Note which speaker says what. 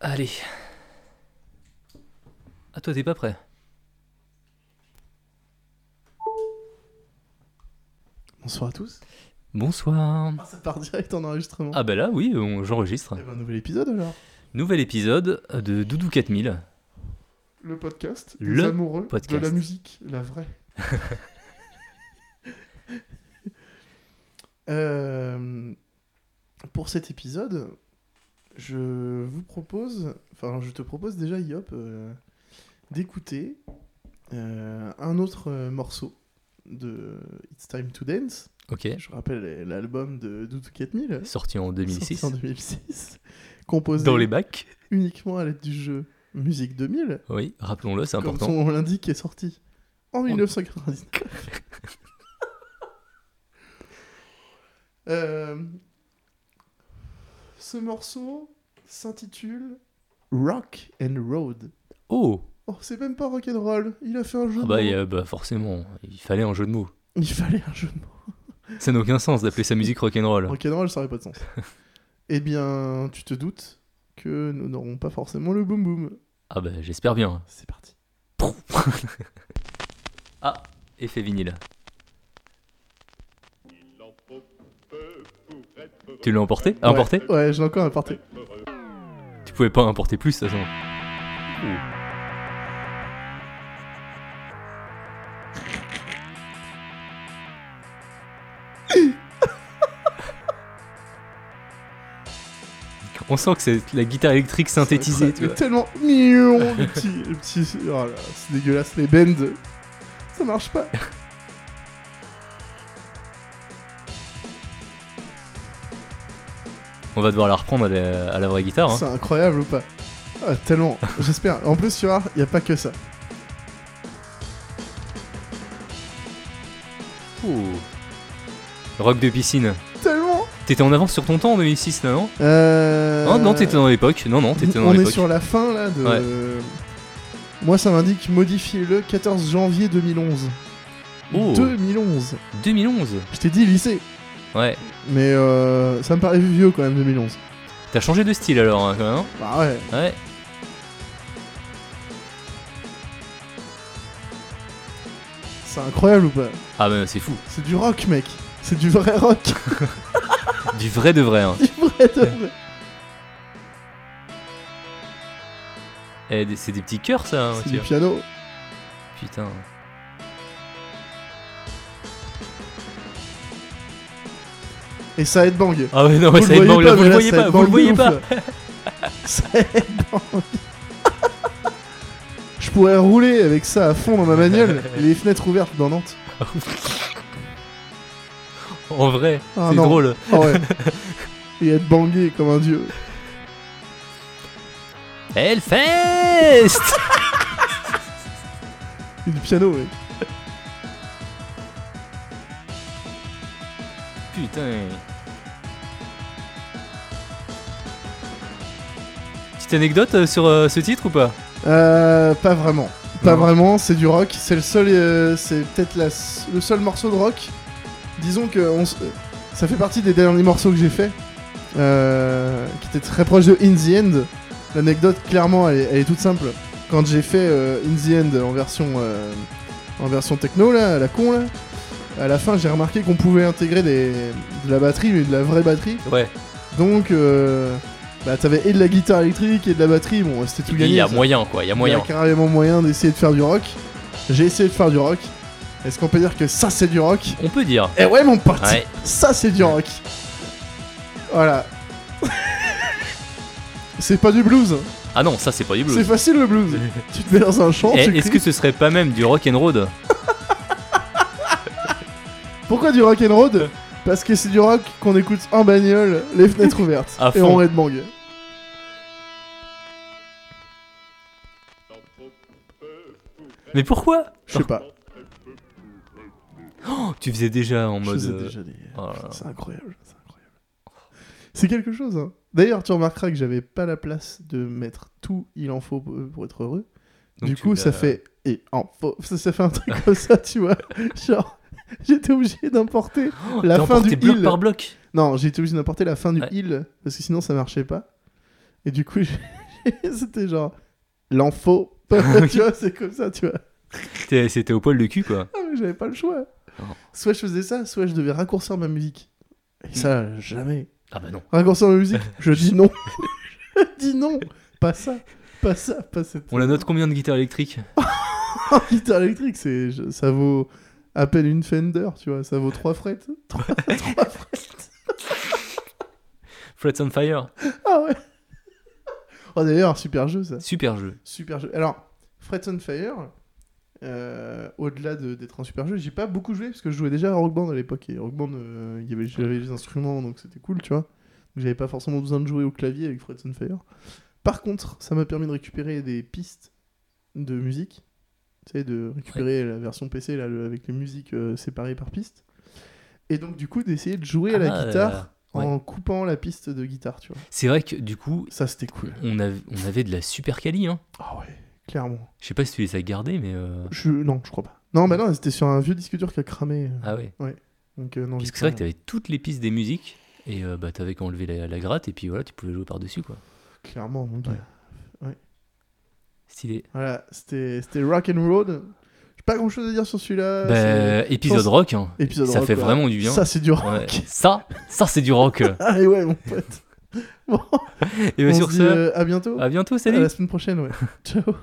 Speaker 1: Allez. Ah, toi, t'es pas prêt
Speaker 2: Bonsoir à tous.
Speaker 1: Bonsoir.
Speaker 2: Ah, ça part direct en enregistrement.
Speaker 1: Ah, bah là, oui, on- j'enregistre.
Speaker 2: Eh ben, nouvel épisode alors.
Speaker 1: Nouvel épisode de Doudou 4000.
Speaker 2: Le podcast des
Speaker 1: Le
Speaker 2: amoureux
Speaker 1: podcast.
Speaker 2: de la musique, la vraie. Euh, pour cet épisode, je vous propose, enfin, je te propose déjà, Yop, euh, d'écouter euh, un autre euh, morceau de It's Time to Dance.
Speaker 1: Ok.
Speaker 2: Je rappelle l'album de Doudou 4000.
Speaker 1: Sorti en 2006.
Speaker 2: sorti en 2006, composé
Speaker 1: Dans les bacs.
Speaker 2: uniquement à l'aide du jeu Musique 2000,
Speaker 1: Oui, rappelons-le, c'est
Speaker 2: comme
Speaker 1: important.
Speaker 2: son nom l'indique, est sorti en 1999. Euh, ce morceau s'intitule Rock and Road.
Speaker 1: Oh
Speaker 2: Oh, c'est même pas rock and roll, il a fait un jeu
Speaker 1: Ah
Speaker 2: de
Speaker 1: bah,
Speaker 2: mots.
Speaker 1: euh, bah, forcément, il fallait un jeu de mots.
Speaker 2: Il fallait un jeu de mots.
Speaker 1: Ça n'a aucun sens d'appeler sa musique rock'n'roll.
Speaker 2: Rock and roll, ça aurait pas de sens. eh bien, tu te doutes que nous n'aurons pas forcément le boom boom.
Speaker 1: Ah bah, j'espère bien.
Speaker 2: C'est parti.
Speaker 1: Ah, effet vinyle. Tu l'as emporté Ah, Importé
Speaker 2: Ouais, je l'ai encore importé.
Speaker 1: Tu pouvais pas importer plus, de toute façon. On sent que c'est la guitare électrique synthétisée, tu
Speaker 2: C'est
Speaker 1: vois.
Speaker 2: tellement mignon, le petit, le petit- oh là, c'est dégueulasse, les bends. Ça marche pas.
Speaker 1: On va devoir la reprendre à la, à la vraie guitare. hein.
Speaker 2: C'est incroyable ou pas Ah, Tellement, j'espère. En plus, tu vois, y a pas que ça.
Speaker 1: Ouh. Rock de piscine.
Speaker 2: Tellement.
Speaker 1: T'étais en avance sur ton temps en 2006, là, non
Speaker 2: Euh...
Speaker 1: Ah, Non, t'étais dans l'époque. Non, non, t'étais dans
Speaker 2: On est
Speaker 1: l'époque.
Speaker 2: sur la fin là de. Moi, ça m'indique modifier le 14 janvier 2011.
Speaker 1: Oh.
Speaker 2: 2011.
Speaker 1: 2011
Speaker 2: Je t'ai dit lycée,
Speaker 1: Ouais.
Speaker 2: mais euh, ça me paraît vieux quand même 2011.
Speaker 1: T'as changé de style alors, hein, quand même.
Speaker 2: Bah ouais.
Speaker 1: hein Ouais.
Speaker 2: C'est incroyable ou pas
Speaker 1: Ah ben c'est fou.
Speaker 2: C'est du rock, mec. C'est du vrai rock.
Speaker 1: Du vrai de vrai. hein.
Speaker 2: du vrai de vrai.
Speaker 1: Eh, des- c'est des petits cœurs ça. hein,
Speaker 2: C'est
Speaker 1: tu
Speaker 2: du
Speaker 1: vois.
Speaker 2: piano.
Speaker 1: Putain.
Speaker 2: Et ça headbang.
Speaker 1: Ah ouais non, mais
Speaker 2: vous
Speaker 1: ça
Speaker 2: le
Speaker 1: headbang,
Speaker 2: voyez
Speaker 1: là, vous le voyez pas,
Speaker 2: pas, mais là, ça
Speaker 1: vous
Speaker 2: headbang
Speaker 1: le voyez
Speaker 2: de
Speaker 1: pas.
Speaker 2: ouf, là. Ça headbang. Je pourrais rouler avec ça à fond dans ma bagnole, les fenêtres ouvertes dans Nantes.
Speaker 1: En vrai,
Speaker 2: Ah
Speaker 1: c'est
Speaker 2: non.
Speaker 1: drôle.
Speaker 2: Ah ouais. Et être bangué comme un dieu.
Speaker 1: Hellfest
Speaker 2: Et du piano, ouais.
Speaker 1: Putain. Petite anecdote euh, sur euh, ce titre ou pas
Speaker 2: Euh, pas vraiment. Pas
Speaker 1: Non.
Speaker 2: vraiment, c'est du rock. C'est le seul. euh, c'est peut-être la s- le seul morceau de rock. Disons que on s- euh, ça fait partie des derniers morceaux que j'ai fait. euh, qui étaient très proche de In the End. L'anecdote, clairement, elle, est- elle est toute simple. Quand j'ai fait euh, In the End en version, euh, en version techno, là, à la con, là, à la fin, j'ai remarqué qu'on pouvait intégrer des, de la batterie, mais de la vraie batterie.
Speaker 1: Ouais.
Speaker 2: Donc, euh, bah, t'avais et de la guitare électrique et de la batterie. Bon, c'était tout
Speaker 1: Il
Speaker 2: gagné.
Speaker 1: y a
Speaker 2: ça.
Speaker 1: moyen quoi, il y a moyen.
Speaker 2: Il y a carrément moyen d'essayer de faire du rock. J'ai essayé de faire du rock. Est-ce qu'on peut dire que ça c'est du rock
Speaker 1: On peut dire.
Speaker 2: Eh ouais mon pote
Speaker 1: Ouais.
Speaker 2: Ça c'est du rock Voilà. c'est pas du blues.
Speaker 1: Ah non, ça c'est pas du
Speaker 2: C'est
Speaker 1: blues.
Speaker 2: facile le blues. tu te mets dans un champ,
Speaker 1: Eh,
Speaker 2: tu
Speaker 1: Est-ce
Speaker 2: cries.
Speaker 1: que ce serait pas même du rock'n'roll
Speaker 2: Pourquoi du rock and road Parce que c'est du rock qu'on écoute en bagnole, les fenêtres ouvertes.
Speaker 1: À
Speaker 2: et
Speaker 1: fond.
Speaker 2: on headbang.
Speaker 1: Mais pourquoi
Speaker 2: Je sais pas.
Speaker 1: Oh, Tu faisais déjà en
Speaker 2: Je
Speaker 1: mode.
Speaker 2: faisais
Speaker 1: euh,
Speaker 2: déjà des-
Speaker 1: oh là là.
Speaker 2: C'est incroyable, c'est incroyable. C'est quelque chose, hein. D'ailleurs, tu remarqueras que j'avais pas la place de mettre tout il en faut pour pour être heureux.
Speaker 1: Donc
Speaker 2: du
Speaker 1: tu
Speaker 2: coup,
Speaker 1: l'as-
Speaker 2: ça fait et en faut. Ça, ça fait un truc comme ça, tu vois. Genre, j'étais obligé d'importer
Speaker 1: Oh,
Speaker 2: la
Speaker 1: t'as
Speaker 2: fin du
Speaker 1: emporté bloc
Speaker 2: il.
Speaker 1: par bloc.
Speaker 2: Non, j'ai été obligé d'importer la fin du
Speaker 1: Ouais.
Speaker 2: il parce que sinon ça marchait pas. Et du coup, j'ai C'était genre l'enfo.
Speaker 1: Ah
Speaker 2: tu vois, c'est comme ça, tu vois.
Speaker 1: C'était c'était au poil de cul, quoi.
Speaker 2: Ah, mais J'avais pas le choix.
Speaker 1: Oh.
Speaker 2: Soit je faisais ça, soit je devais raccourcir ma musique. Et ça, jamais.
Speaker 1: Ah bah non.
Speaker 2: Raccourcir ma musique, je dis non. je dis non. Pas ça. Pas ça. Pas cette
Speaker 1: On la note combien de guitare électrique
Speaker 2: guitare électrique. C'est, je- ça vaut à peine une Fender, tu vois. Ça vaut trois frettes. Trois, trois frettes.
Speaker 1: Frets on Fire.
Speaker 2: Ah ouais. Oh, d'ailleurs, super jeu, ça.
Speaker 1: Super jeu.
Speaker 2: Super jeu. Alors, Fret on Fire, euh, au-delà de- d'être un super jeu, j'ai pas beaucoup joué parce que je jouais déjà à Rock Band à l'époque. Et Rock Band, euh, il y avait- j'avais les instruments donc c'était cool, tu vois. Donc, J'avais pas forcément besoin de jouer au clavier avec Fret on Fire. Par contre, ça m'a permis de récupérer des pistes de musique. Tu sais, de récupérer la version PC là, le- avec les musiques euh, séparées par piste. Et donc, du coup, d'essayer de jouer à
Speaker 1: Ah,
Speaker 2: la guitare
Speaker 1: euh, ouais.
Speaker 2: en coupant la piste de guitare, tu vois.
Speaker 1: C'est vrai que du coup,
Speaker 2: Ça, c'était cool.
Speaker 1: on, av- on avait de la super quali. Hein.
Speaker 2: Ah ouais, clairement.
Speaker 1: Je sais pas si tu les as gardés, mais. euh,
Speaker 2: Je... Non, je crois pas. Non, bah non, c'était sur un vieux disque dur qui a cramé. euh,
Speaker 1: Ah ouais.
Speaker 2: Donc, euh, non,
Speaker 1: Parce
Speaker 2: j'ai
Speaker 1: que c'est vrai
Speaker 2: pas-
Speaker 1: que t'avais toutes les pistes des musiques. Et euh, bah, t'avais qu'à enlever la, la gratte, et puis voilà, tu pouvais jouer par-dessus, quoi.
Speaker 2: Clairement, mon gars.
Speaker 1: Ouais. Stylé.
Speaker 2: Voilà, c'était c'était Rock and Road. J'ai pas grand chose à dire sur celui-là.
Speaker 1: bah,
Speaker 2: Euh, c'est-
Speaker 1: épisode
Speaker 2: pense-
Speaker 1: rock. hein.
Speaker 2: Épisode
Speaker 1: ça
Speaker 2: rock,
Speaker 1: fait
Speaker 2: quoi.
Speaker 1: vraiment du bien.
Speaker 2: Ça, c'est dur.
Speaker 1: Ouais. Ça, ça c'est du rock.
Speaker 2: Ah, et ouais, mon pote. Bon,
Speaker 1: Et
Speaker 2: on
Speaker 1: bien
Speaker 2: se
Speaker 1: sur
Speaker 2: dit,
Speaker 1: ce,
Speaker 2: euh, à bientôt.
Speaker 1: à bientôt,
Speaker 2: à
Speaker 1: salut
Speaker 2: la semaine prochaine, ouais. Ciao.